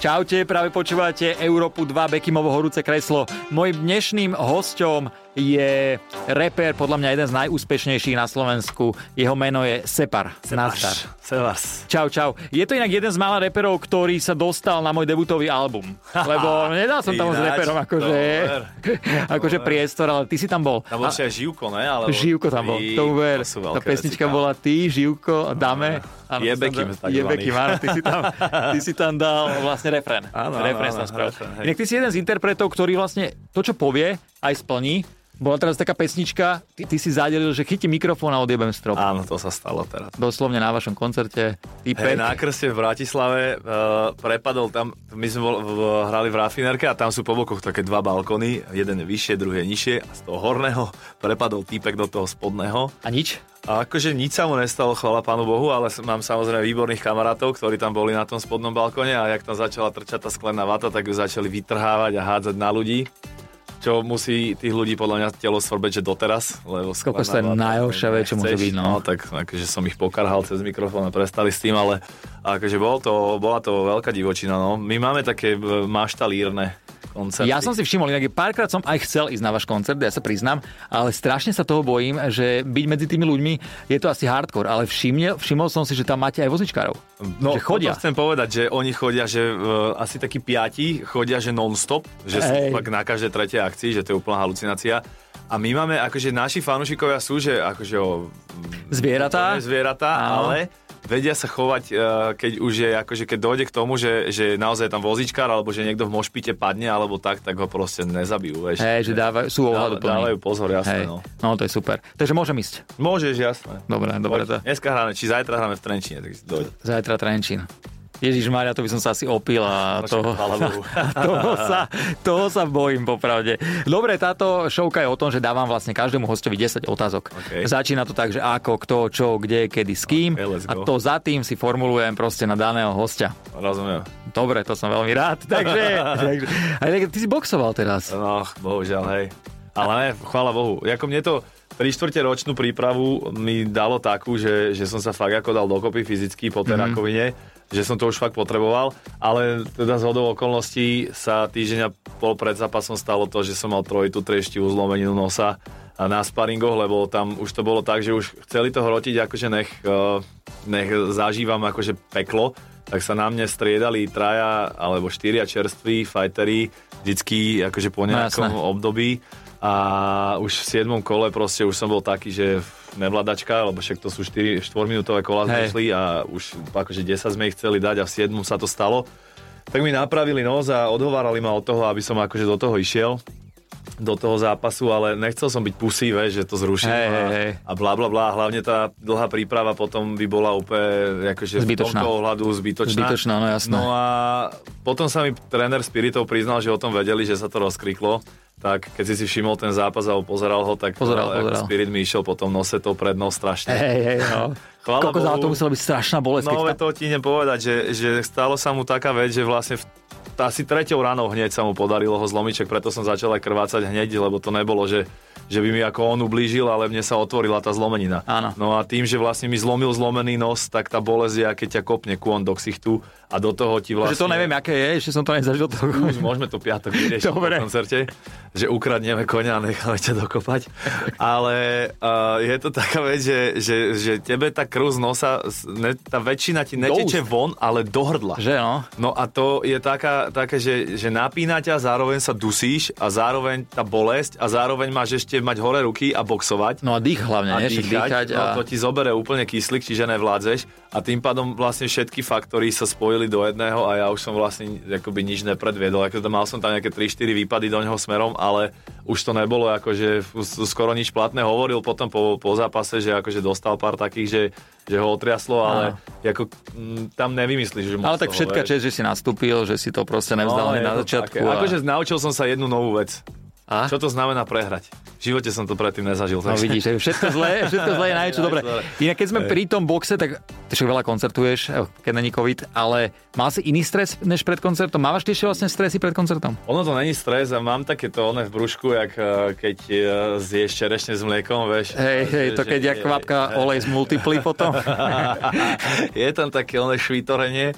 Čaute, práve počúvate Európu 2 Bekimovo horúce kreslo. Mojím dnešným hosťom je reper, podľa mňa jeden z najúspešnejších na Slovensku. Jeho meno je Separ. Nazdar. Sevars. Čau, čau. Je to inak jeden z mála reperov, ktorý sa dostal na môj debutový album. Lebo nedal som tomu s Ináč, reperom akože, dober, akože priestor, ale ty si tam bol. Tam bol ešte aj Živko, ne? Alebo... Živko tam bol, Ty, to uver. sú Tá veľké pesnička veci, bola ty, Živko, dáme. Áno, Je to som Bekim, dal- takzvaný. Je Bekim, áno, ty si tam, ty si tam dal vlastne refren. Áno, áno, refren áno, som spravil. refren, hej. Inak ty si jeden z interpretov, ktorý vlastne to, čo povie, aj splní. Bola teraz taká pesnička, ty, ty si zadelil, že chytím mikrofón a odjebem strop. Áno, to sa stalo teraz. Doslovne na vašom koncerte. Hej, Typek. na krste v Bratislave uh, prepadol tam, my sme bol, v, hrali v rafinérke a tam sú po bokoch také dva balkóny, jeden je vyššie, druhý je nižšie a z toho horného prepadol týpek do toho spodného A nič? A akože nič sa mu nestalo, chvála pánu Bohu, ale s- mám samozrejme výborných kamarátov, ktorí tam boli na tom spodnom balkóne a jak tam začala trčať tá sklená vata, tak ju začali vytrhávať a hádzať na ľudí. Čo musí tých ľudí podľa mňa telo svrbeť, že doteraz, lebo sklená Kokos, to je vata, najhoršia vec, čo môže nechceš. byť, no. no. tak akože som ich pokarhal cez mikrofón a prestali s tým, ale akože bol to, bola to veľká divočina, no. My máme také e, maštalírne koncerty. Ja som si všimol, inak párkrát som aj chcel ísť na váš koncert, ja sa priznám, ale strašne sa toho bojím, že byť medzi tými ľuďmi je to asi hardcore, ale všimne, všimol som si, že tam máte aj vozičkárov. No, že chodia. toto chcem povedať, že oni chodia, že uh, asi takí piati chodia, že non-stop, že sú Hej. fakt na každej tretej akcii, že to je úplná halucinácia. A my máme, akože naši fanúšikovia sú, že akože o... Zvieratá? úplne Zvieratá, Áno. ale vedia sa chovať, e, keď už je, akože keď dojde k tomu, že, že naozaj je tam vozičkár, alebo že niekto v mošpite padne, alebo tak, tak ho proste nezabijú, vieš. Hej, že dávajú, sú Dáva- ohľaduplní. dávajú pozor, jasné, Hej. no. no. to je super. Takže môžem ísť. Môžeš, jasné. Dobre, dobre. To... Poď. Dneska hráme, či zajtra hráme v Trenčine, tak si dojde. Zajtra Trenčín. Ježiš Maria, to by som sa asi opil a Počkaj, toho, chvála Bohu. toho, sa, toho sa bojím popravde. Dobre, táto šovka je o tom, že dávam vlastne každému hostovi 10 otázok. OK. Začína to tak, že ako, kto, čo, kde, kedy, s kým. OK, let's a go. to za tým si formulujem proste na daného hostia. Rozumiem. Dobre, to som veľmi rád. Takže, takže ale ty si boxoval teraz. No, bohužiaľ, hej. Ale ne, chvála Bohu. Jako mne to pri štvrte ročnú prípravu mi dalo takú, že, že som sa fakt ako dal dokopy fyzicky po tej mm-hmm. rakovine, že som to už fakt potreboval, ale teda z hodou okolností sa týždeň a pol pred zápasom stalo to, že som mal trojitu treštivú zlomeninu nosa a na sparingoch, lebo tam už to bolo tak, že už chceli to hrotiť, akože nech, eh, nech zažívam akože peklo, tak sa na mne striedali traja alebo štyria čerství fighteri vždycky akože po nejakom No, jasné. období a už v 7. kole proste už som bol taký, že nevladačka, lebo však to sú 4, 4 minútové kola sme Hej. šli a už akože 10 sme ich chceli dať a v 7. sa to stalo. Tak mi napravili nos a odhovárali ma od toho, aby som akože do toho išiel do toho zápasu, ale nechcel som byť pusý, vieš, že to zruším Hej, a, hej, hej. a bla bla bla. Hlavne tá dlhá príprava potom by bola úplne akože Zbytočná. v tomto ohľadu zbytočná. Zbytočná, no jasné. No a potom sa mi tréner Spiritov priznal, že o tom vedeli, že sa to rozkriklo. Tak keď si si všimol ten zápas a pozeral ho, tak Pozeral, ako pozeral. Spirit mi išiel potom nose to prednou strašne. Hej, hej, no. Chvála Koľko za Bohu. to musela byť strašná bolesť. No, keď ale tam- to ti idem povedať, že, že stalo sa mu taká vec, že vlastne v, asi treťou ráno hneď sa mu podarilo ho zlomiček, preto som začal aj krvácať hneď, lebo to nebolo, že, že by mi ako on ublížil, ale mne sa otvorila tá zlomenina. Áno. No a tým, že vlastne mi zlomil zlomený nos, tak tá bolesť je, keď ťa kopne kôň do ksichtu a do toho ti vlastne... Že to neviem, aké je, ešte som to nezažil. To... Už môžeme to piatok vyriešiť po Dobre. koncerte, že ukradneme konia a necháme ťa dokopať. Ale uh, je to taká vec, že, že, že tebe tá krv z nosa, s- ne, tá väčšina ti neteče von, ale do hrdla. Že no? No a to je taká, také, že, že napína ťa, zároveň sa dusíš a zároveň tá bolesť a zároveň máš ešte mať hore ruky a boxovať No a dých hlavne, a nie? Však dýchať, a... no to ti zobere úplne kyslík, čiže nevládzeš a tým pádom vlastne všetky faktory sa spojili do jedného a ja už som vlastne akoby nič nepredviedol. Akože mal som tam nejaké 3-4 výpady do neho smerom, ale už to nebolo akože s- skoro nič platné. Hovoril potom po, po zápase, že akože dostal pár takých, že, že ho otriaslo, ale ako, mm, tam nevymyslíš, že moc No, Ale tak toho, všetka vieš. čest, že si nastúpil, že si to proste nevzdal hneď No, je na to začiatku. také. a- Akože naučil som sa jednu novú vec. a? Čo to znamená prehrať? V živote som to predtým nezažil. No takže- vidíš, že všetko zlé, všetko zlé je na niečo Je dobré. najviac Inak keď sme Hej. pri tom boxe, tak ty však veľa koncertuješ, eh, keď není COVID, ale mal si iný stres než pred koncertom? Mávaš tiež vlastne stresy pred koncertom? Ono to není stres a mám takéto one v brúšku, jak eh, keď eh, zješ čerešne s mliekom, vieš. Hej, hej, Že- to že- keď ja kvapka olej z multiply potom. Je tam také one švítorenie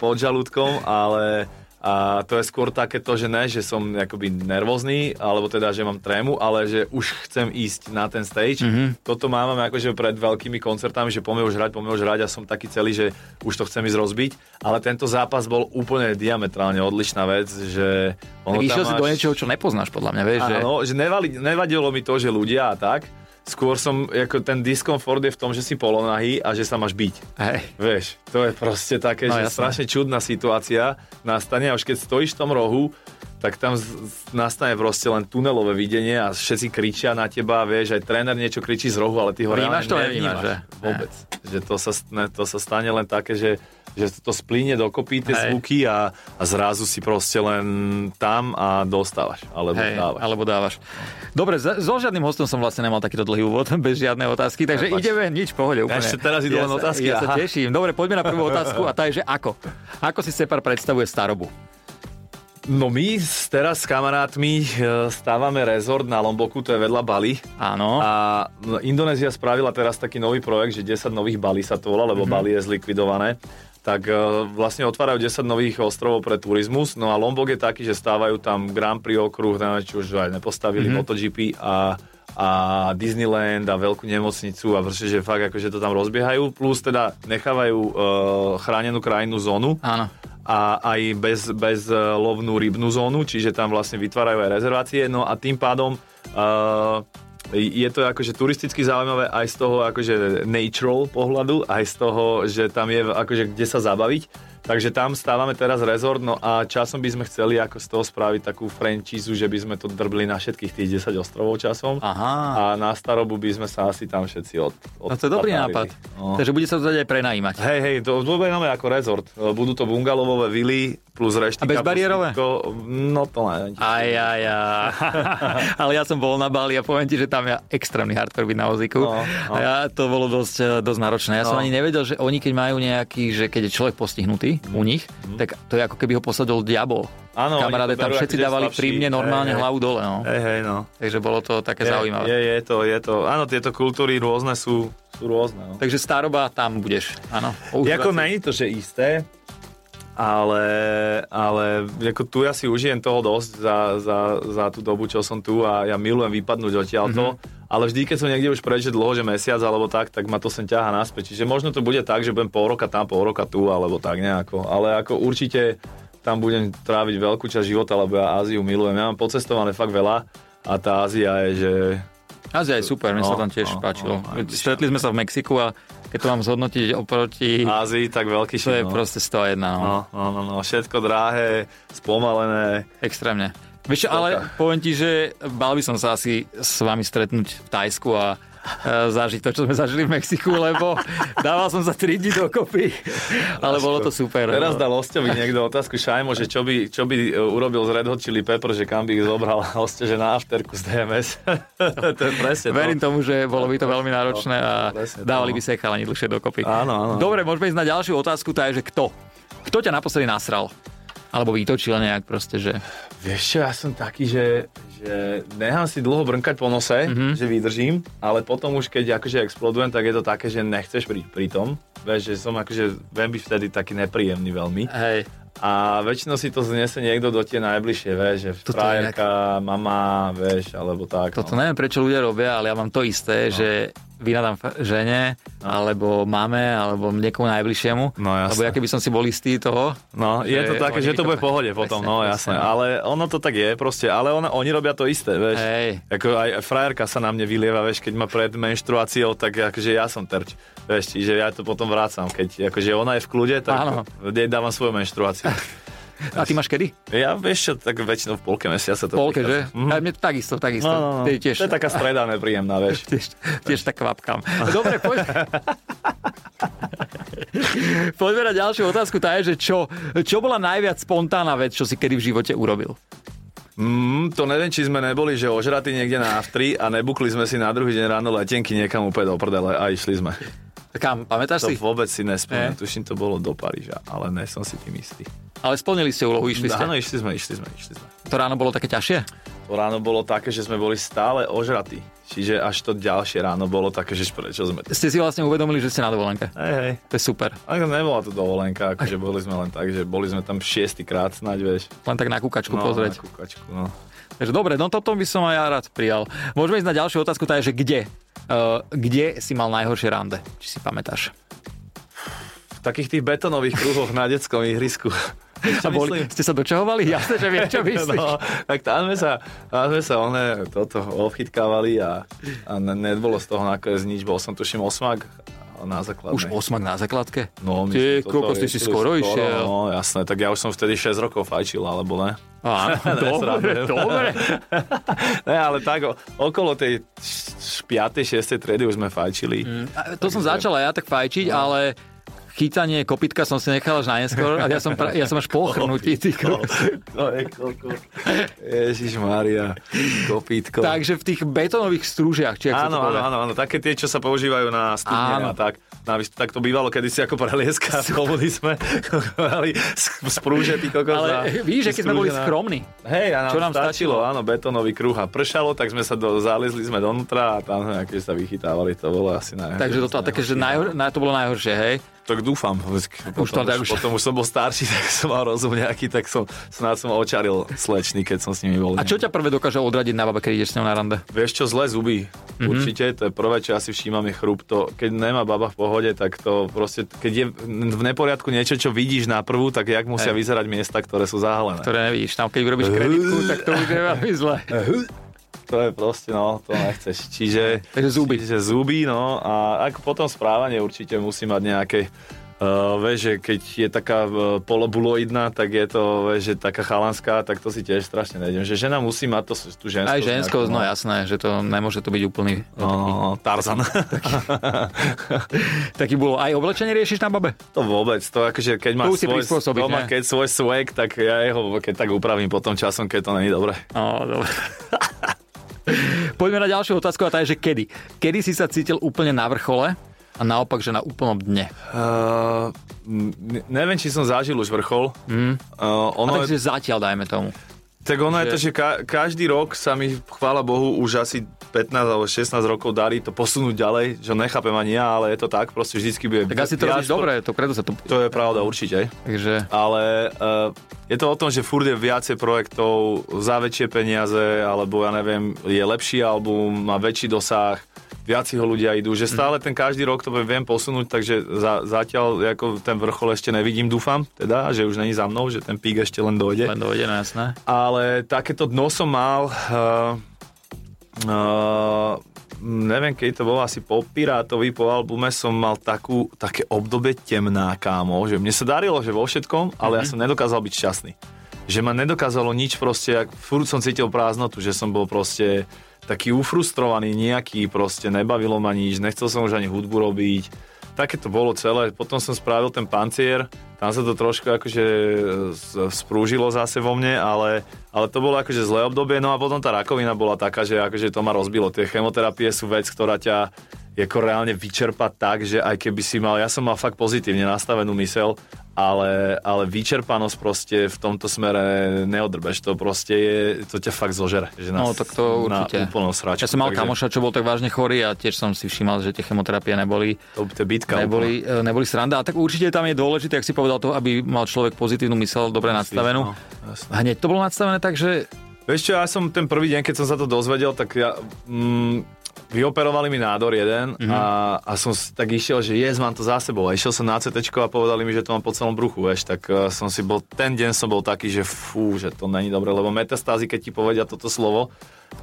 pod žalúdkom, ale A to je skôr také to, že ne, že som akoby nervózny, alebo teda, že mám trému, ale že už chcem ísť na ten stage. Mhm. Mm-hmm. Toto máme akože pred veľkými koncertami, že poďme už hrať, poďme už hrať a som taký celý, že už to chcem ísť rozbiť. Ale tento zápas bol úplne diametrálne odlišná vec, že... Tak išiel si do niečoho, čo nepoznáš, podľa mňa, vieš, že... Áno, že nevali- nevadilo mi to, že ľudia a tak, skôr som, ako ten diskomfort je v tom, že si polonahý a že sa máš byť. Hej. Vieš, to je proste také, No, no, že jasné. strašne čudná situácia nastane a už keď stojíš v tom rohu, tak tam z- z- nastane proste len tunelové videnie a všetci kričia na teba, vieš, aj tréner niečo kričí z rohu, ale ty ho Vnímaš reálne to, nevnímaš nevnímaš, že? vôbec. Že to sa, s- ne, to sa stane len také, že, že to splíne dokopy tie Hej. zvuky a, a zrazu si proste len tam a dostávaš, alebo Hej, dávaš. alebo dávaš. Dobre, za- so žiadnym hostom som vlastne nemal takýto dlhý úvod, bez žiadnej otázky, takže Prepač. ideme, nič, v pohode úplne. Ešte teraz idú ja len sa- otázky, Ja sa aha. teším. Dobre, poďme na prvú otázku a tá je, že ako? Ako si Separ predstavuje starobu? No my s- teraz s kamarátmi e, stávame rezort na Lomboku, to je vedľa Bali. Áno. A no, Indonézia spravila teraz taký nový projekt, že 10 nových Bali sa to volá, lebo mm-hmm. Bali je zlikvidované. Tak e, vlastne otvárajú 10 nových ostrovov pre turizmus. No a Lombok je taký, že stávajú tam Grand Prix okruh, neviem, či už aj nepostavili mm-hmm. MotoGP a a Disneyland a veľkú nemocnicu a proste, že fakt akože to tam rozbiehajú, plus teda nechávajú e, chránenú krajinu zónu Áno. a aj bez, bez e, lovnú rybnú zónu, čiže tam vlastne vytvárajú aj rezervácie, no a tým pádom uh, je to akože turisticky zaujímavé aj z toho akože natural pohľadu, aj z toho, že tam je akože kde sa zabaviť. Takže tam stávame teraz rezort, no a časom by sme chceli ako z toho spraviť takú franchízu, že by sme to drbli na všetkých tých 10 ostrovov časom. Aha. A na starobu by sme sa asi tam všetci od, No. od No to je dobrý nápad. Takže bude sa to dať aj prenajímať. Hej, hej, to znamenáme ako rezort. E, Budú to bungalovové vily plus reštika. A bezbariérové? plus všetko. No to ne. Aj, aj, aj. Ale ja som bol na Bali a poviem ti, že tam je extrémny hardcore byť na vozíku. No, no. A ja, to bolo dosť, eh, dosť náročné. Ja som No. ani nevedel, že oni keď majú nejaký, že keď je človek postihnutý u nich, tak to je ako keby ho posadil diabol. Mhm. Áno, oni to Kamaráde, tam berú všetci ako, že dávali slabší. pri mne normálne Hej, hej. hlavu dole. No. Hej, hej, no. Takže bolo to také zaujímavé. Je, je to, je to. Áno, tieto kultúry rôzne sú, sú rôzne. No. Takže staroba, tam budeš. Áno. používať Jako si. není to, že isté, ale, ale ako tu ja si užijem toho dosť za, za, za tú dobu, čo som tu a ja milujem vypadnúť Mhm. odtiaľto, mm-hmm. ale vždy, keď som niekde už preč, že dlho, že mesiac alebo tak, tak ma to sem ťaha naspäť. Čiže možno to bude tak, že budem pol roka tam, pol roka tu alebo tak nejako, ale ako určite tam budem tráviť veľkú časť života, lebo ja Áziu milujem. Ja mám pocestované fakt veľa a tá Ázia je, že... Ázia je super, mne sa No, tam tiež no, páčilo. no, aj Stretli sme sa v Mexiku a keď to mám zhodnotiť oproti... Ázii tak veľký To je šin, no. proste 101. No. No, no, no, no, všetko dráhé, spomalené, Extrémne. Vieš čo, ale poviem ti, že bal by som sa asi s vami stretnúť v Tajsku a e, zažiť to, čo sme zažili v Mexiku, lebo dával som sa 3 dní dokopy, ale bolo to super. Teraz no. dal Osťovi niekto otázku Šajmo, že čo by, čo by e, urobil z Red Hot Chili Pepper, že kam by ich zobral a Osťo, že na afterku z DMS. to je presne Verím to. tomu, že bolo by to veľmi náročné a Presne to, dávali by no. sa aj chalani dlhšie dokopy. Áno, áno. Dobre, môžeme ísť na ďalšiu otázku, tá je, že kto? Kto ťa naposledy nasral? Alebo vytočil nejak proste, že... Vieš čo, ja som taký, že, že nechám si dlho brnkať po nose, mm-hmm. Mhm. že vydržím, ale potom už keď akože explodujem, tak je to také, že nechceš byť pri tom. Vieš, že som akože, viem byť vtedy taký nepríjemný veľmi. Hej, A väčšinou si to znese niekto do tie najbližšie, vieš, že Toto je frajerka, mama, vieš, alebo tak. Toto no. neviem, prečo ľudia robia, ale ja mám to isté, že vynadám f- žene, alebo mame, alebo niekomu najbližšiemu. No, jasné. Lebo ja keby som si bol istý toho, No, je Že to také, oni že to to bude v tak- pohode potom, presne, no presne, jasné. no. Ale ono to tak je proste, ale on, oni robia to isté, vieš. Hej. Ako aj frajerka sa na mne vylieva, vieš, keď ma pred menštruáciou, tak akože ja som terč. Vieš, čiže ja to potom vrácam, keď akože ona je v kľude, tak Áno. jej dávam svoju menštruáciu. a ty máš kedy? ja vieš čo, tak väčšinou v polke mesiaca to Polke, že? prichádza. Mhm. A mne takisto, takisto. No, no, no. Ty Tiež, To je taká streda nepríjemná, vieš. tiež, tiež tak kvapkám. Dobre, poďme. poďme na ďalšiu otázku. Tá je, že čo, čo bola najviac spontánna vec, čo si kedy v živote urobil? Mm, to neviem, či sme neboli, že ožratí niekde na aftri a nebukli sme si na druhý deň ráno letenky niekam úplne do prdele a išli sme. Kam, pamätáš To si? vôbec si nespomínam, Ne? tuším to bolo do Paríža, ale ne som si tým istý. Ale splnili ste úlohu, išli ste. Áno, išli sme, išli sme, išli sme. To ráno bolo také ťažšie? to ráno bolo také, že sme boli stále ožratí. Čiže až to ďalšie ráno bolo také, že prečo sme... tu? Ste si vlastne uvedomili, že ste na dovolenke. Hej, hej. To je super. Ale nebola to dovolenka, akože boli sme len tak, že boli sme tam šiestýkrát snáď, vieš. Len tak na kúkačku pozrieť. Na kúkačku, no. Takže dobre, no toto by som aj ja rád prijal. Môžeme ísť na ďalšiu otázku, tá je, že kde? Uh, kde si mal najhoršie rande? Či si pamätáš? V takých tých betonových kruhoch na detskom ihrisku. A Vieš, čo boli, myslím? ste sa dočahovali? Jasné, že viem, čo myslíš. No, tak tam sme sa, tam sme sa one, toto obchytkávali a, a ne, nebolo z toho nakoniec nič. Bol som tuším osmak na základnej. Už osmak na základke? No, my Ty sme toto kokos, ty si riešili skoro išiel. No, jasné, tak ja už som vtedy 6 rokov fajčil, alebo ne? Áno, dobre, srandujem. dobre. Ne, ale tak o, okolo tej 5. 6. triedy už sme fajčili. Mm. A To som začal aj ja tak fajčiť, No. ale chytanie kopitka som si nechal až na neskôr a ja som, pra, ja som až No, po ochrnutí. ty To, kokos. to je koľko. Ježiš Mária, kopítko. Takže v tých betónových strúžiach, či ak sa to Áno, áno, povie. áno, áno, také tie, čo sa používajú na studne Áno. a tak. Na, vys- tak to bývalo kedysi ako prelieska v komunizme. Kokovali z prúže, ty kokos. Ale a- víš, že keď sme boli sprúžená. skromní. Hej, a nám, Čo nám stačilo, stačilo? áno, betonový kruh a pršalo, tak sme sa do, zalezli sme donútra a tam sme akože sa vychytávali, to bolo asi najhoršie. Takže toto, také, že najhor, na, to bolo najhoršie, hej? Tak dúfam. Potom, Už to tak už- potom už som bol starší, tak som mal rozum nejaký, tak som snáď som očaril slečný, keď som s nimi bol. A čo ťa prvé dokáže odradiť na babe, keď ideš s ňou na rande? Vieš čo, zlé zuby. Mhm. Mm-hmm. Určite, to je prvé, čo ja si všímam, je chrup. To, keď nemá baba v pohode, tak to proste, keď je v neporiadku niečo, čo vidíš na prvú, tak jak musia Hej. vyzerať miesta, ktoré sú zahalené. Ktoré nevíš, teda tam keď urobíš kreditku, tak to už je veľmi zle. To je proste, no, to nechceš. Čiže, Takže zuby. Čiže zuby, no, a ako potom správanie určite musí mať nejaké Uh, vieš, že keď je taká uh, polobuloidná, tak je to, vieš, že taká chalanská, tak to si tiež strašne nejdem. Že žena musí mať to, tú ženskosť. Aj ženskosť, no nejakú, jasné, že to nemôže to byť úplný. No, no, Tarzan. Taký bolo, aj oblečenie riešiš na babe? To vôbec, to akože keď má, To už si svoj, prispôsobiť, to má ne? keď svoj swag, tak ja jeho keď tak upravím potom časom, keď to není dobre. No, dobre. Poďme na ďalšiu otázku a tá je, že kedy? Kedy si sa cítil úplne na vrchole a naopak, že na úplnom dne? Uh, neviem, či som zažil už vrchol. Mm. Uh, A No, ono takže zatiaľ dajme tomu. Tak ono Že- je to, že ka- každý rok sa mi, chvála Bohu, už asi 15 alebo 16 rokov darí to posunúť ďalej, že nechápem ani ja, ale je to tak, proste vždycky bude... Tak asi to viac robíš dobre, to kredo sa to... To je pravda, určite. Takže... Ale uh, je to o tom, že furt je viacej projektov za väčšie peniaze, alebo ja neviem, je lepší album, má väčší dosah, viac ho ľudia idú, že stále ten každý rok to viem posunúť, takže za, zatiaľ ako ten vrchol ešte nevidím, dúfam, teda, že už není za mnou, že ten pík ešte len dojde Len dojde, no jasné. ale takéto dno som mal uh, uh, neviem, keď to bolo asi po Pirátovi, po albume som mal takú, také obdobie temná, kámo, že mne sa darilo, že vo všetkom, ale ja som nedokázal byť šťastný. Že ma nedokázalo nič proste, ak, furt som cítil prázdnotu, že som bol proste taký ufrustrovaný nejaký, proste nebavilo ma nič, nechcel som už ani hudbu robiť, také to bolo celé. Potom som spravil ten pancier, tam sa to trošku akože s- sprúžilo zase vo mne, ale, ale to bolo akože zlé obdobie. No a potom tá rakovina bola taká, že akože to ma rozbilo. Tie chemoterapie sú vec, ktorá ťa ako reálne vyčerpa tak, že aj keby si mal, ja som mal fakt pozitívne nastavenú myseľ, ale, ale vyčerpanosť proste v tomto smere neodrbeš. To proste je, to ťa fakt zožere. Že na, No, tak to na určite. úplnú sračku. Ja som mal Takže kamoša, čo bol tak vážne chorý a tiež som si všímal, že tie chemoterapie neboli, To, to je bitka. neboli, e, neboli sranda. A tak určite tam je dôležité, ak si povedal to, aby mal človek pozitívnu mysel, dobre úplná. nastavenú. No, jasné. Hneď to bolo nastavené tak, že Vieš čo, ja som ten prvý deň, keď som sa to dozvedel, tak ja... Mm, vyoperovali mi nádor jeden Mhm. mm-hmm. a, a som s- tak išiel, že jez, mám to za sebou. A išiel som na CT a povedali mi, že to mám po celom bruchu, vieš, tak eh, som si bol, ten deň som bol taký, že fú, že to není dobre, lebo metastázy, keď ti povedia toto slovo,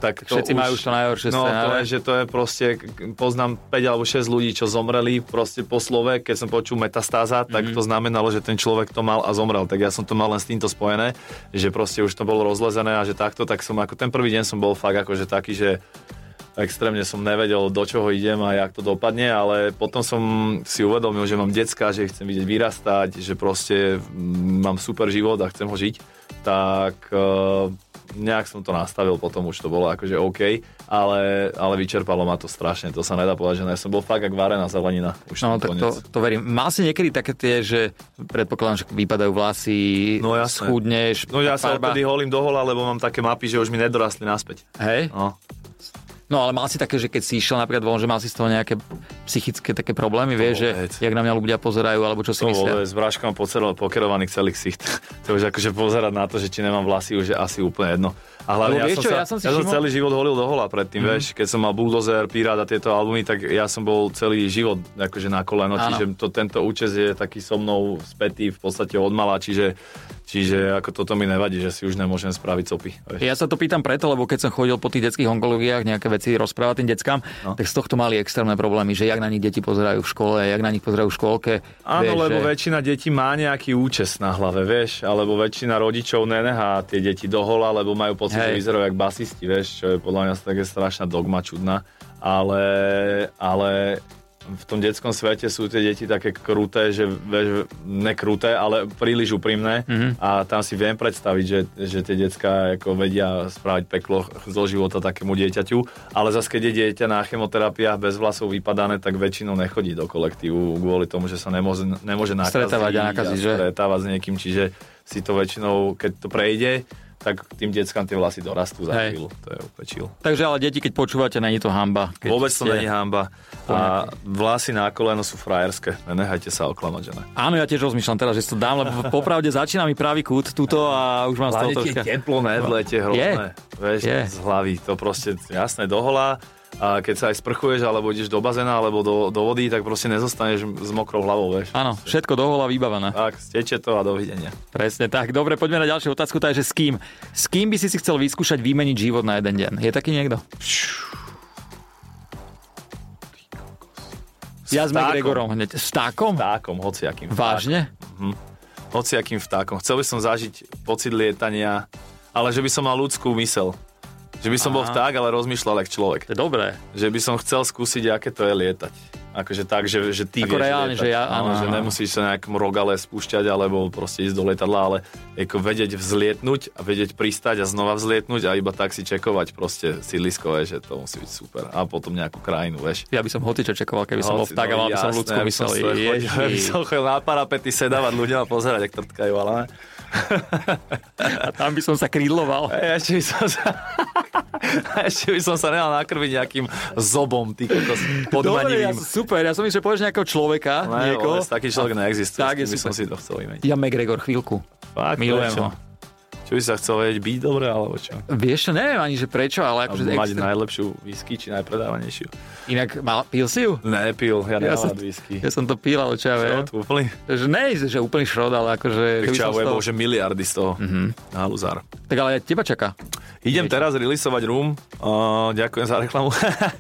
tak, to všetci už, majú už to najhoršie No, to scenáre. je, že to je proste, k- poznám 5 alebo 6 ľudí, čo zomreli proste po slove, keď som počul metastáza, tak to znamenalo, že ten človek to mal a zomrel. Tak ja som to mal len s týmto spojené, že proste už to bolo rozlezené a že takto, tak som ako ten prvý deň som bol fakt akože taký, že extrémne som nevedel, do čoho idem a jak to dopadne, ale potom som si uvedomil, že mám decka, že ich chcem vidieť vyrastať, že proste mm, mám super život a chcem ho žiť, tak eh, nejak som to nastavil, potom už to bolo akože OK, ale, ale vyčerpalo ma to strašne, to sa nedá povedať, že ne, som bol fakt ako varená zelenina. Už No, som tak koniec. to, to verím. Mal si niekedy také tie, že predpokladám, že vypadajú vlasy, No, jasné. schudneš, No ja sa farba. odtedy holím do hola, lebo mám také mapy, že už mi nedorastli naspäť. Hej? No. No ale mal si také, že keď si išiel napríklad von, že mal si z toho nejaké psychické také problémy, vieš, že vôbec. jak na mňa ľudia pozerajú, alebo čo si To bolo myslia. s bráškom poceroval- pokerovaný celý ksicht. To už akože pozerať na to, že či nemám vlasy, už je asi úplne jedno. A hlavne Lebo ja vieš som, čo, sa, ja som si ja som všimol- Mhm. celý život holil do hola predtým, mm-hmm. vieš, keď som mal Bulldozer, Pirát a tieto albumy, tak ja som bol celý život akože na koleno, Áno. čiže to, tento účes je taký so mnou spätý v podstate od mala, čiže, čiže ako toto mi nevadí, že si už nemôžem spraviť copy. Vieš. Ja sa to pýtam preto, lebo keď som chodil po tých detských onkológiách nejaké veci rozprávať tým deckám, no. No. tak z tohto mali extrémne problémy, že jak na nich deti pozerajú v škole, jak na nich pozerajú v škôlke. Áno, vieš, lebo že... väčšina detí má nejaký účes na hlave, vieš, alebo väčšina rodičov nenehá tie deti do hola, lebo majú pocit, Hej. že vyzerajú jak basisti, vieš, čo je podľa mňa také strašná dogma čudná, ale, ale v tom detskom svete sú tie deti také kruté, že vieš, nekruté, ale príliš úprimné mm-hmm. a tam si viem predstaviť, že, že tie detská ako vedia spraviť peklo zo života takému dieťaťu, ale zase keď je dieťa na chemoterapiách bez vlasov vypadané, tak väčšinou nechodí do kolektívu kvôli tomu, že sa nemôže, nemôže nakaziť Stretávať a nakaziť, že? stretávať s niekým, čiže si to väčšinou, keď to prejde, tak tým deckám tie vlasy dorastú za Hej. chvíľu. To je úplne chill. Takže ale deti, keď počúvate, není to hamba. Keď Vôbec to ste- není hamba. A vlasy na koleno sú frajerské. Nenehajte sa oklamať, že ne. Áno, ja tiež rozmýšľam teraz, že si to dám, lebo popravde začína mi pravý kút tuto a už mám z toho Hlavne tie troška... teplo, ne, v lete hrozné. Vieš, Je. z hlavy. To proste jasné dohola. A keď sa aj sprchuješ, alebo ideš do bazéna, alebo do, do vody, tak proste nezostaneš s mokrou hlavou, vieš. Áno, všetko dohola vybavené. Tak, steče to a dovidenia. Presne tak. Dobre, poďme na ďalšiu otázku. Takže s kým? S kým by si si chcel vyskúšať vymeniť život na jeden deň? Je taký niekto? Ja s vtákom. McGregorom hneď. S tákom? Vtákom, hociakým. Vážne? hociakým vtákom. Chcel by som zažiť pocit lietania, ale že by som mal ľudskú mysel. Že by som Aha. bol Aha. vták, ale rozmýšľal ako človek. To je dobré. Že by som chcel skúsiť, aké to je lietať. Akože tak, že, že ty Ako vieš reálne, lietať. že ja- áno, no, že áno. nemusíš sa nejakom rogale spúšťať, alebo proste ísť do lietadla, ale ako vedieť vzlietnúť a vedieť pristať a znova vzlietnúť a iba tak si čekovať proste sídliskové, že to musí byť super. A potom nejakú krajinu, vieš. Ja by som hotičo čakoval, keby som bol Hoci, no, vták a mal by som jasné, ľudskú aby som mysel. sa chodil- Ježi. aby som chodil na parapety sedávať ľudia a pozerať, ak trtkajú, ale ne. A tam by som sa krídloval. A ešte by som sa... a ešte by som sa nedal nakrviť nejakým zobom, ty kokos, Dobre, ja, podmanivým. super. Ja som myslel, že povieš nejakého človeka. Ne, niekoho. vôbec, taký človek neexistuje, Tak tak je by som super. si to chcel imeniť. Ja McGregor, chvíľku. Fakt, Milujem prečo? ho. Čo by sa chcel vedieť, byť dobre, alebo čo? Vieš, čo, neviem ani, že prečo, ale Alebo akože mať extra... najlepšiu whisky, či najpredávanejšiu? Inak mal, pil si ju? Nepil, ja nemám som- rád whisky. Ja som to pil, ale čo ja Čo, viem. to úplne? Že ne, že úplný šrod, ale akože... že by som Čau, z toho- jebol, že miliardy z toho. Mm-hmm. Haluzár. Tak ale teba čaká. Idem teraz releaseovať room. Uh, ďakujem za reklamu.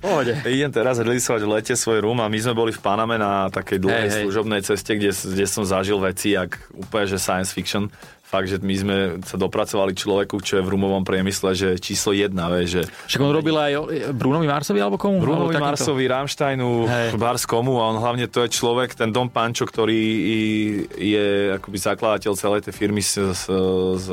Pohode. Idem teraz releaseovať v lete svoj room a my sme boli v Paname na takej dlhej Hej, hej. hey, služobnej ceste, kde, kde som zažil veci, jak úplne, že science fiction. Fakt, že my sme sa dopracovali človeku, čo je v rumovom priemysle, že číslo jedna, vieš, že Však on robil aj Brunovi Marsovi alebo komu? Alebo Brunovi takýmto? Marsovi, Rammsteinu, Hej. Bars komu a on hlavne to je človek, ten Dom Pančo, ktorý i- je akoby zakladateľ celej tej firmy s, s, s,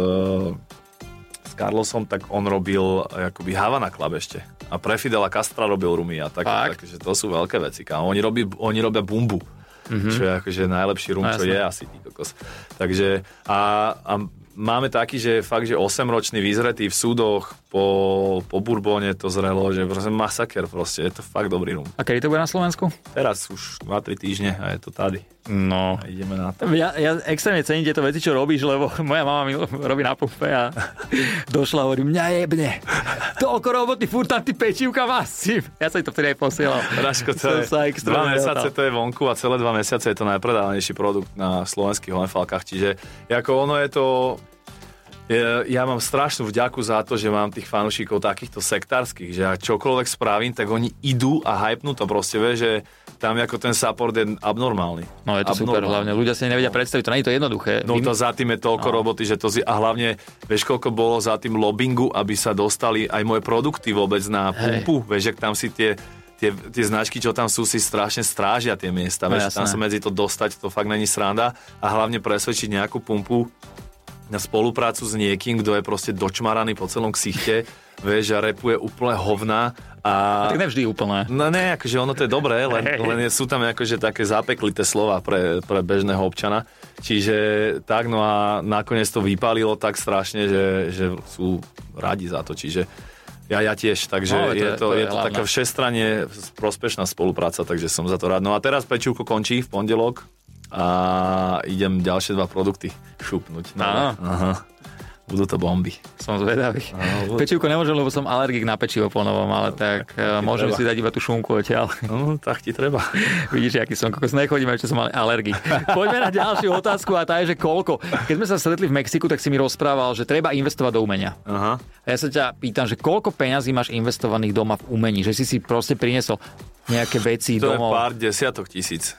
s Carlosom, tak on robil akoby Havana Club ešte. A pre Fidela Castra robil rumy a tak, Fakt? takže to sú veľké veci. Kámo. Oni, robí, oni robia bumbu. Mm-hmm. Čo je akože najlepší rum, No, čo jasné. je asi ty kokos. Takže a, a máme taký, že fakt, že 8-ročný vyzretý v súdoch po, po Bourbone to zrelo, že proste masaker proste, je to fakt dobrý rum. A kedy to bude na Slovensku? Teraz už 2-3 týždne a je to tady. No. A ideme na to. Ja, ja extrémne cením tieto veci, čo robíš, lebo moja mama mi robí na pumpe a došla a hovorí, mňa jebne, toľko roboty, furt tam ty pečivka masím. Ja som jej to vtedy aj posielal. Raško, to Som je, sa extrémne dva mesiace rehotál. to je vonku a celé dva mesiace je to najpredávanejší produkt na slovenských honfalkách, čiže ako ono je to... je- Ja mám strašnú vďaku za to, že mám tých fanúšikov takýchto sektárskych, že ja čokoľvek spravím, tak oni idú a hypnú to proste, vie, že tam ako ten support je abnormálny. No je to super, Abnormálny. hlavne ľudia si nevedia predstaviť, to nie je to jednoduché. No to za tým je toľko no. roboty, že to si, a hlavne, vieš, koľko bolo za tým lobbingu, aby sa dostali aj moje produkty vôbec na Hej. pumpu, vieš, že tam si tie, tie, tie značky, čo tam sú, si strašne strážia tie miesta, No vieš, jasné. tam sa medzi to dostať, to fakt není sranda a hlavne presvedčiť nejakú pumpu, na spoluprácu s niekým, kto je proste dočmaraný po celom ksichte, vieš, a repuje úplne hovna a... Tak nevždy úplne. No ne, akože ono to je dobré, len, len sú tam akože také zapeklité slova pre, pre bežného občana. Čiže tak, no a nakoniec to vypálilo tak strašne, že, že sú radi za to, čiže ja, ja tiež, takže no, to je, je to, je to, je to hlavné. taká všestranne prospešná spolupráca, takže som za to rád. No a teraz Pečúko končí v pondelok a idem ďalšie dva produkty šupnúť. No, Áno. aha. Budú to bomby. Som zvedavý. Áno. Pečivko nemôžem, lebo som alergik na pečivo po novom, ale No, tak eh, môžem treba. si dať iba tú šunku odtiaľ. No, tak ti treba. Vidíš, aký som kokos. Nechodím, ešte som ale alergik. Poďme na ďalšiu otázku a tá je, že koľko. Keď sme sa stretli v Mexiku, tak si mi rozprával, že treba investovať do umenia. Aha. A ja sa ťa pýtam, že koľko peňazí máš investovaných doma v umení? Že si si proste priniesol nejaké veci To je domov. pár desiatok tisíc.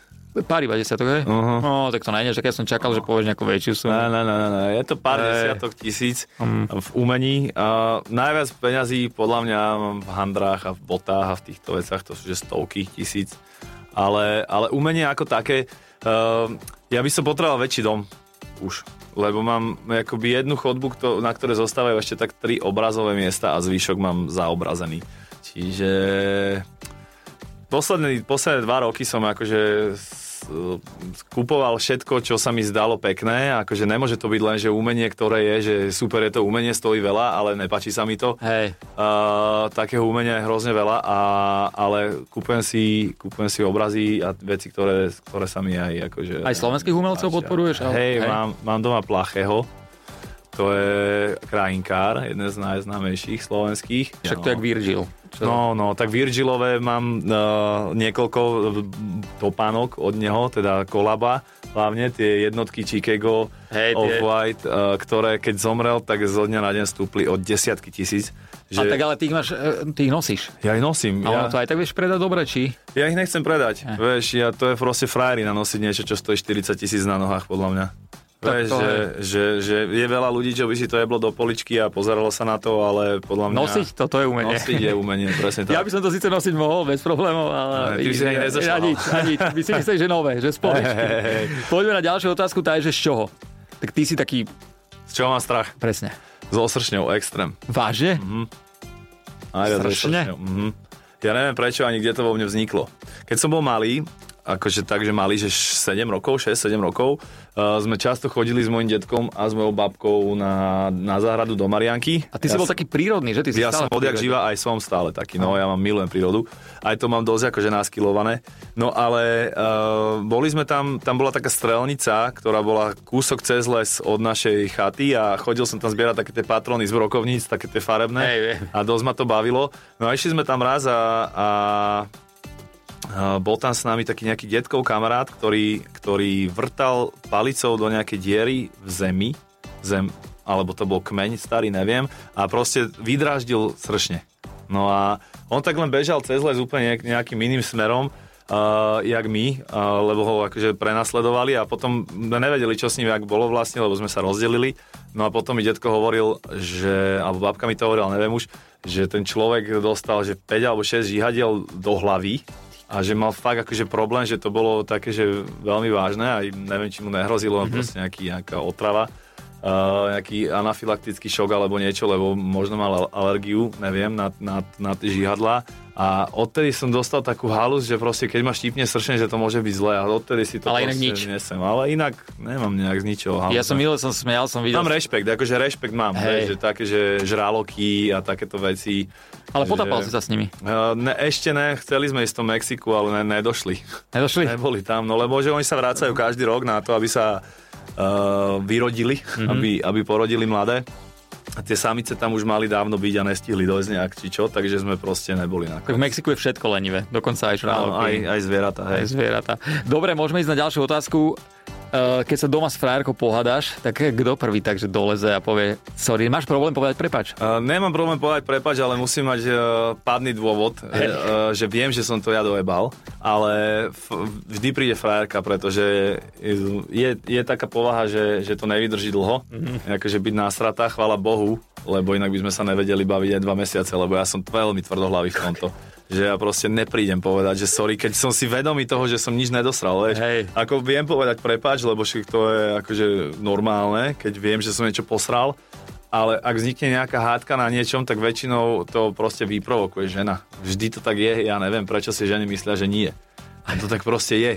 Pár iba desiatok, hej? Mhm. No, tak to najnež, tak ja som čakal, že povieš nejakú väčšiu sumu. Ne, ne, ne, ne, ne. Je to pár Ej. desiatok tisíc v umení. A najviac peňazí podľa mňa mám v handrách a v botách a v týchto veciach, to sú že stovky tisíc. Ale, ale umenie ako také, ehm, ja by som potreboval väčší dom už. Lebo mám akoby jednu chodbu, kto- na ktoré zostávajú ešte tak tri obrazové miesta a zvyšok mám zaobrazený. Čiže posledné, posledné dva roky som akože s- kupoval všetko, čo sa mi zdalo pekné. Akože nemôže to byť len, že umenie, ktoré je, že super je to umenie, stojí veľa, ale nepáči sa mi to. Hej, Uh, takého umenia je hrozne veľa, a, ale kúpujem si, kúpujem si obrazy a veci, ktoré, ktoré sa mi aj akože... Aj slovenských umelcov páčia. podporuješ? Hej, Hej. hej. Mám, mám doma Placheho, to je krajinkár, jeden z najznámejších slovenských. však to je jak Virgil. Čo? No, no, tak Virgilové mám uh, niekoľko eh, topánok od neho, teda kolaba, hlavne tie jednotky Chicago, Hej, tie- Off-White, uh, ktoré keď zomrel, tak zo dňa na deň stúpli od desiatky tisíc. A Že tak ale ty ich, máš, eh, ty ich nosíš. Ja ich nosím, Ale ono ja, to aj Eh. tak vieš predať dobre, či? ja ich nechcem predať. Vieš, ja, to je proste frajerina nosiť niečo, čo stojí 40 tisíc na nohách, podľa mňa. Tak Vieš, to že, hej. že, že je veľa ľudí, čo by si to jeblo do poličky a pozeralo sa na to, ale podľa mňa... Nosiť to, to je umenie. Nosiť je umenie, presne tak. Ja by som to síce nosiť mohol, bez problémov, ale... Ale ty by si ani no. nezašla. Ja nič, ja nič. My si myslíš, že nové, že spolu. Hej. Poďme na ďalšiu otázku, tá je, že z čoho? Tak ty si taký, Z čoho mám strach? presne. S osršňou, extrém. Vážne? Mhm. Najviac Strašne? roztočne, Mhm. Ja neviem prečo ani kde to vo mne vzniklo. Keď som bol malý, akože tak, že malý, že 7 rokov, 6-7 rokov, uh, sme často chodili s mojim detkom a s mojou babkou na, na záhradu do Marianky. A ty ja si bol taký prírodný, že? Ty si Ja stále som odjak prírodný. živa aj som stále taký, no ja mám milujem prírodu. Aj to mám dosť akože naskilované. No ale uh, boli sme tam, tam bola taká strelnica, ktorá bola kúsok cez les od našej chaty a chodil som tam zbierať také tie patrony z brokovníc, také tie farebné. Hej, hej. A dosť ma to bavilo. No a išli sme tam raz a, a a bol tam s nami taký nejaký detkov kamarát, ktorý, ktorý vrtal palicou do nejakej diery v zemi, zem, alebo to bol kmeň starý, neviem, a proste vydráždil sršne. No a on tak len bežal cez les úplne nejak- nejakým iným smerom, uh, jak my, uh, lebo ho akože prenasledovali a potom sme nevedeli, čo s ním jak bolo vlastne, lebo sme sa rozdelili. No a potom mi detko hovoril, že, alebo babka mi to hovorila, neviem už, že ten človek dostal, že 5 alebo 6 žihadiel do hlavy a že mal fakt akože problém, že to bolo také, že veľmi vážne a neviem, či mu Mhm. nehrozilo mm-hmm. proste nejaký, nejaká otrava, uh, nejaký anafylaktický šok alebo niečo, lebo možno mal al- alergiu, neviem, na, na, na tie žihadla a odtedy som dostal takú halus, že proste keď ma štípne sršne, že to môže byť zle a odtedy si to Ale inak proste nič. nesem. Ale inak nemám nejak z ničoho halus. Ja som minule som smial, som videl. Mám rešpekt, akože rešpekt mám, Hej. vieš, že také, že žraloky a takéto veci. ale potapal že- si sa s nimi. Uh, Ne, ešte ne, chceli sme ísť do Mexiku, ale ne, nedošli. Nedošli? Neboli tam, no lebo že oni sa vracajú každý rok na to, aby sa uh, vyrodili, mm-hmm. aby, aby porodili mladé. A tie samice tam už mali dávno byť a nestihli dojsť nejak či čo, takže sme proste neboli na Tak v Mexiku je všetko lenivé, dokonca aj Áno, aj, žraloky, aj zvieratá, aj hej. zvieratá. Dobre, môžeme ísť na ďalšiu otázku. Eh, Keď sa doma s frajerkou pohádaš, tak kto prvý takže doleze a povie, sorry, máš problém povedať prepač. Uh, nemám problém povedať prepač, ale musím mať uh, pádny dôvod, uh, uh, že viem, že som to ja dojebal, ale f- vždy príde frajerka, pretože je, je taká povaha, že, že to nevydrží dlho, mm-hmm. akože byť násratá, chvala Bohu, lebo inak by sme sa nevedeli baviť aj dva mesiace, lebo ja som veľmi tvrdohlavý v tomto. že ja proste neprídem povedať, že sorry, keď som si vedomý toho, že som nič nedosral, vieš. Hej. Ako viem povedať prepáč, lebo však to je akože normálne, keď viem, že som niečo posral, ale ak vznikne nejaká hádka na niečom, tak väčšinou to proste vyprovokuje žena. Vždy to tak je, ja neviem, prečo si ženy myslia, že nie. A to tak proste je.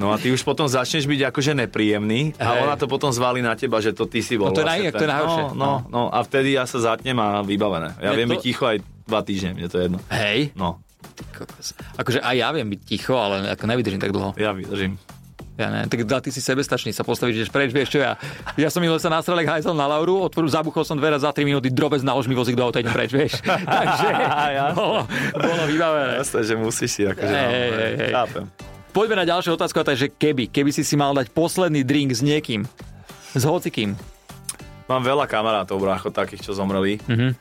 No a ty už potom začneš byť akože nepríjemný a Hej. ona to potom zvalí na teba, že to ty si bol. No to je vlastne naj- to je ten. najhoršie. No, no, no, a vtedy ja sa zatnem a vybavené. Ja Je viem to- byť ticho aj dva týždne, mne to je jedno. Hej. No, Ty kokos. Akože aj ja viem byť ticho, ale ako nevydržím tak dlho. ja vydržím. Ja ne, tak dá, ty si sebestačný, sa postavíš, ideš preč, vieš čo ja. Ja som minul sa na strelek hajzal na Lauru, otvoril, zabuchol som dvere za 3 minúty, drobec nalož mi vozík do auta, idem preč, vieš. Takže Ja. bolo, bolo vybavené. Jasné, že musíš si akože... Hej, no, hej, hej. Chápem. Poďme na ďalšiu otázku, a to je, že keby, keby si si mal dať posledný drink s niekým, s hocikým. Mám veľa kamarátov, brácho, takých, čo zomreli. Mhm.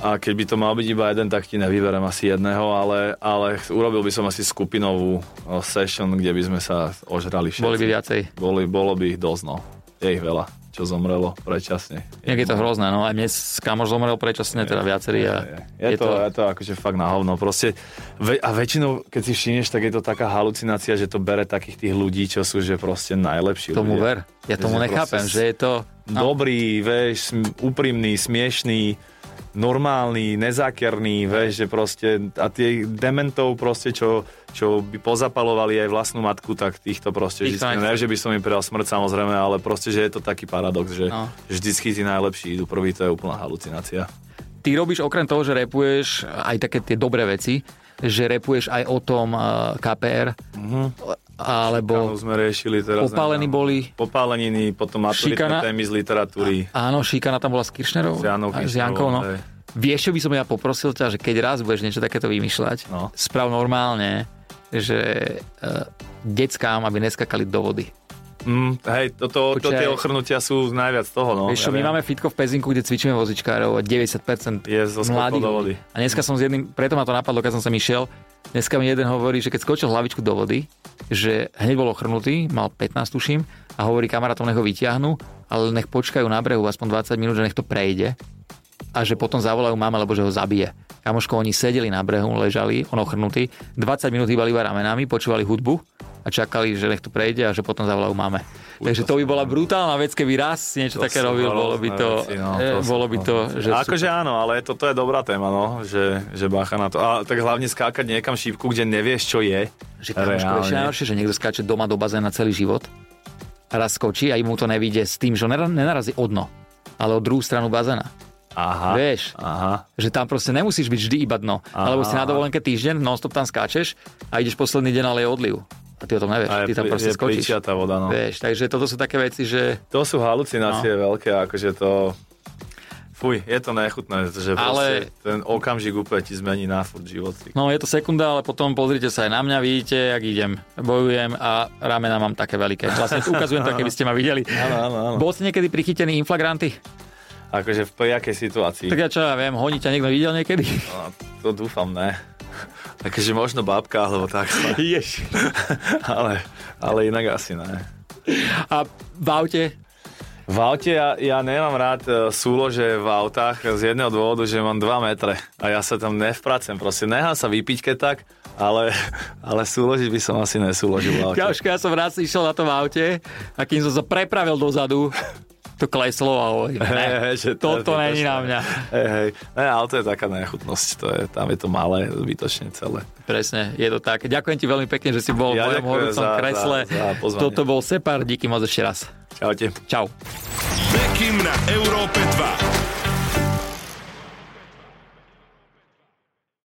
A keď by to mal byť iba jeden, tak ti nevyberem asi jedného, ale, ale urobil by som asi skupinovú o, session, kde by sme sa ožrali všetci. Boli by viacej. Boli, bolo by ich dosť, no. Je ich veľa, čo zomrelo predčasne. Jak je to hrozné, no aj dnes kamoš zomrel prečasne, teda viacerí. A Je, je, to, je to akože fakt na hovno. Proste, ve, a väčšinou, keď si všimneš, tak je to taká halucinácia, že to bere takých tých ľudí, čo sú že proste najlepší tomu ľudia. ver. Ja tomu Že nechápem, proste že je to... No, dobrý, vieš, sm- úprimný, smiešný, normálny, nezákerný, vieš, že proste a tie dementov proste, čo, čo by pozapalovali aj vlastnú matku, tak týchto proste Týchto vždycky, aj- ne, že by som im prijal smrť samozrejme, ale proste, že je to taký paradox, že No. no. vždycky tí najlepší idú prvý, to je úplná halucinácia. ty robíš okrem toho, že repuješ aj také tie dobré veci, že repuješ aj o tom eh, KPR, Mhm. alebo Bo... sme riešili teraz. opálení neviem, boli... Popáleniny, potom Šikana. maturitné témy z literatúry. Áno, šikana tam bola s Kiršnerovou. S Janou a s Kiršnerovou, Jankou, no. hej. Vieš, čo by som ja poprosil ťa, že keď raz budeš niečo takéto vymýšľať, No. sprav normálne, že uh, deckám, aby neskakali do vody. Mm, hej, toto, to, Počkaj. tie ochrnutia sú najviac toho, no. Vieš čo, my ja viem. máme fitko v Pezinku, kde cvičíme vozičkárov a 90% Je zo skokov mladých. do ľudí. vody. A dneska som s jedným, preto ma to napadlo, keď som sem išiel, dneska mi jeden hovorí, že keď skočil hlavičku do vody, že hneď bol ochrnutý, mal 15 tuším, a hovorí kamarátom, nech ho vyťahnú, ale nech počkajú na brehu aspoň 20 minút, že nech to prejde a že potom zavolajú mama, lebo že ho zabije. Kamoško, oni sedeli na brehu, ležali, on ochrnutý, 20 minút hýbali iba ramenami, počúvali hudbu a čakali, že nech to prejde a že potom zavolajú mame. Takže to by bola brutálna vec, keby raz niečo To také sú robil, hrozné bolo by to, veci, no, eh, sú bolo by to, hrozné že... veci. Akože áno, ale toto je dobrá téma, no, že, že bacha na to. A tak hlavne skákať niekam šípku, kde nevieš, čo je. Že kamoško, ešte najhoršie, že niekto skáče doma do bazéna celý život a raz skočí a mu to nevíde s tým, že on nera- nenarazí o dno, ale o druhú stranu bazéna. Aha, Vieš, aha. že tam proste nemusíš byť vždy iba dno. Aha. Alebo si na dovolenke týždeň, nonstop tam skáčeš a ideš posledný deň, ale je odliv. A ty o tom nevieš, A ty tam pri- proste je skočíš. pličia tá voda, no. Vieš, takže toto sú také veci, že... To sú halucinácie No. veľké, akože to... Fuj, je to nechutné, že Ale- ale... ten okamžik úplne ti zmení na furt život. ty. No je to sekunda, ale potom pozrite sa aj na mňa, vidíte, jak idem, bojujem a ramena mám také veľké. Vlastne ukazujem to, keby ste ma videli. Áno, áno, áno. Bol ste niekedy prichytený inflagranty? Akože v priakej situácii. Tak ja čo ja viem, honí ťa niekto videl niekedy? No, to dúfam, ne. Takže možno babka, alebo tak. Jež. Ale, ale inak asi ne. A v aute? V aute ja, ja nemám rád e, súlože v autách z jedného dôvodu, že mám 2 metre a ja sa tam nevpracem. Proste nechám sa vypiť, keď tak, ale, ale súložiť by som asi nesúložil v aute. Ťažko, ja som raz išiel na tom aute a kým som sa prepravil dozadu, to kleslo a hovorím, Hej, ne, hej, že to je toto není na zbytočné. mňa. Hej, hej. Ne, auto je taká nechutnosť, to je, tam je to malé, zbytočne celé. Presne, je to tak. Ďakujem ti veľmi pekne, že si bol Ja v mojom ďakujem horúcom za- kresle. za- za pozvanie. Toto bol Separ, díky moc ešte raz. Čaute. Čau. Bekim na Európe 2.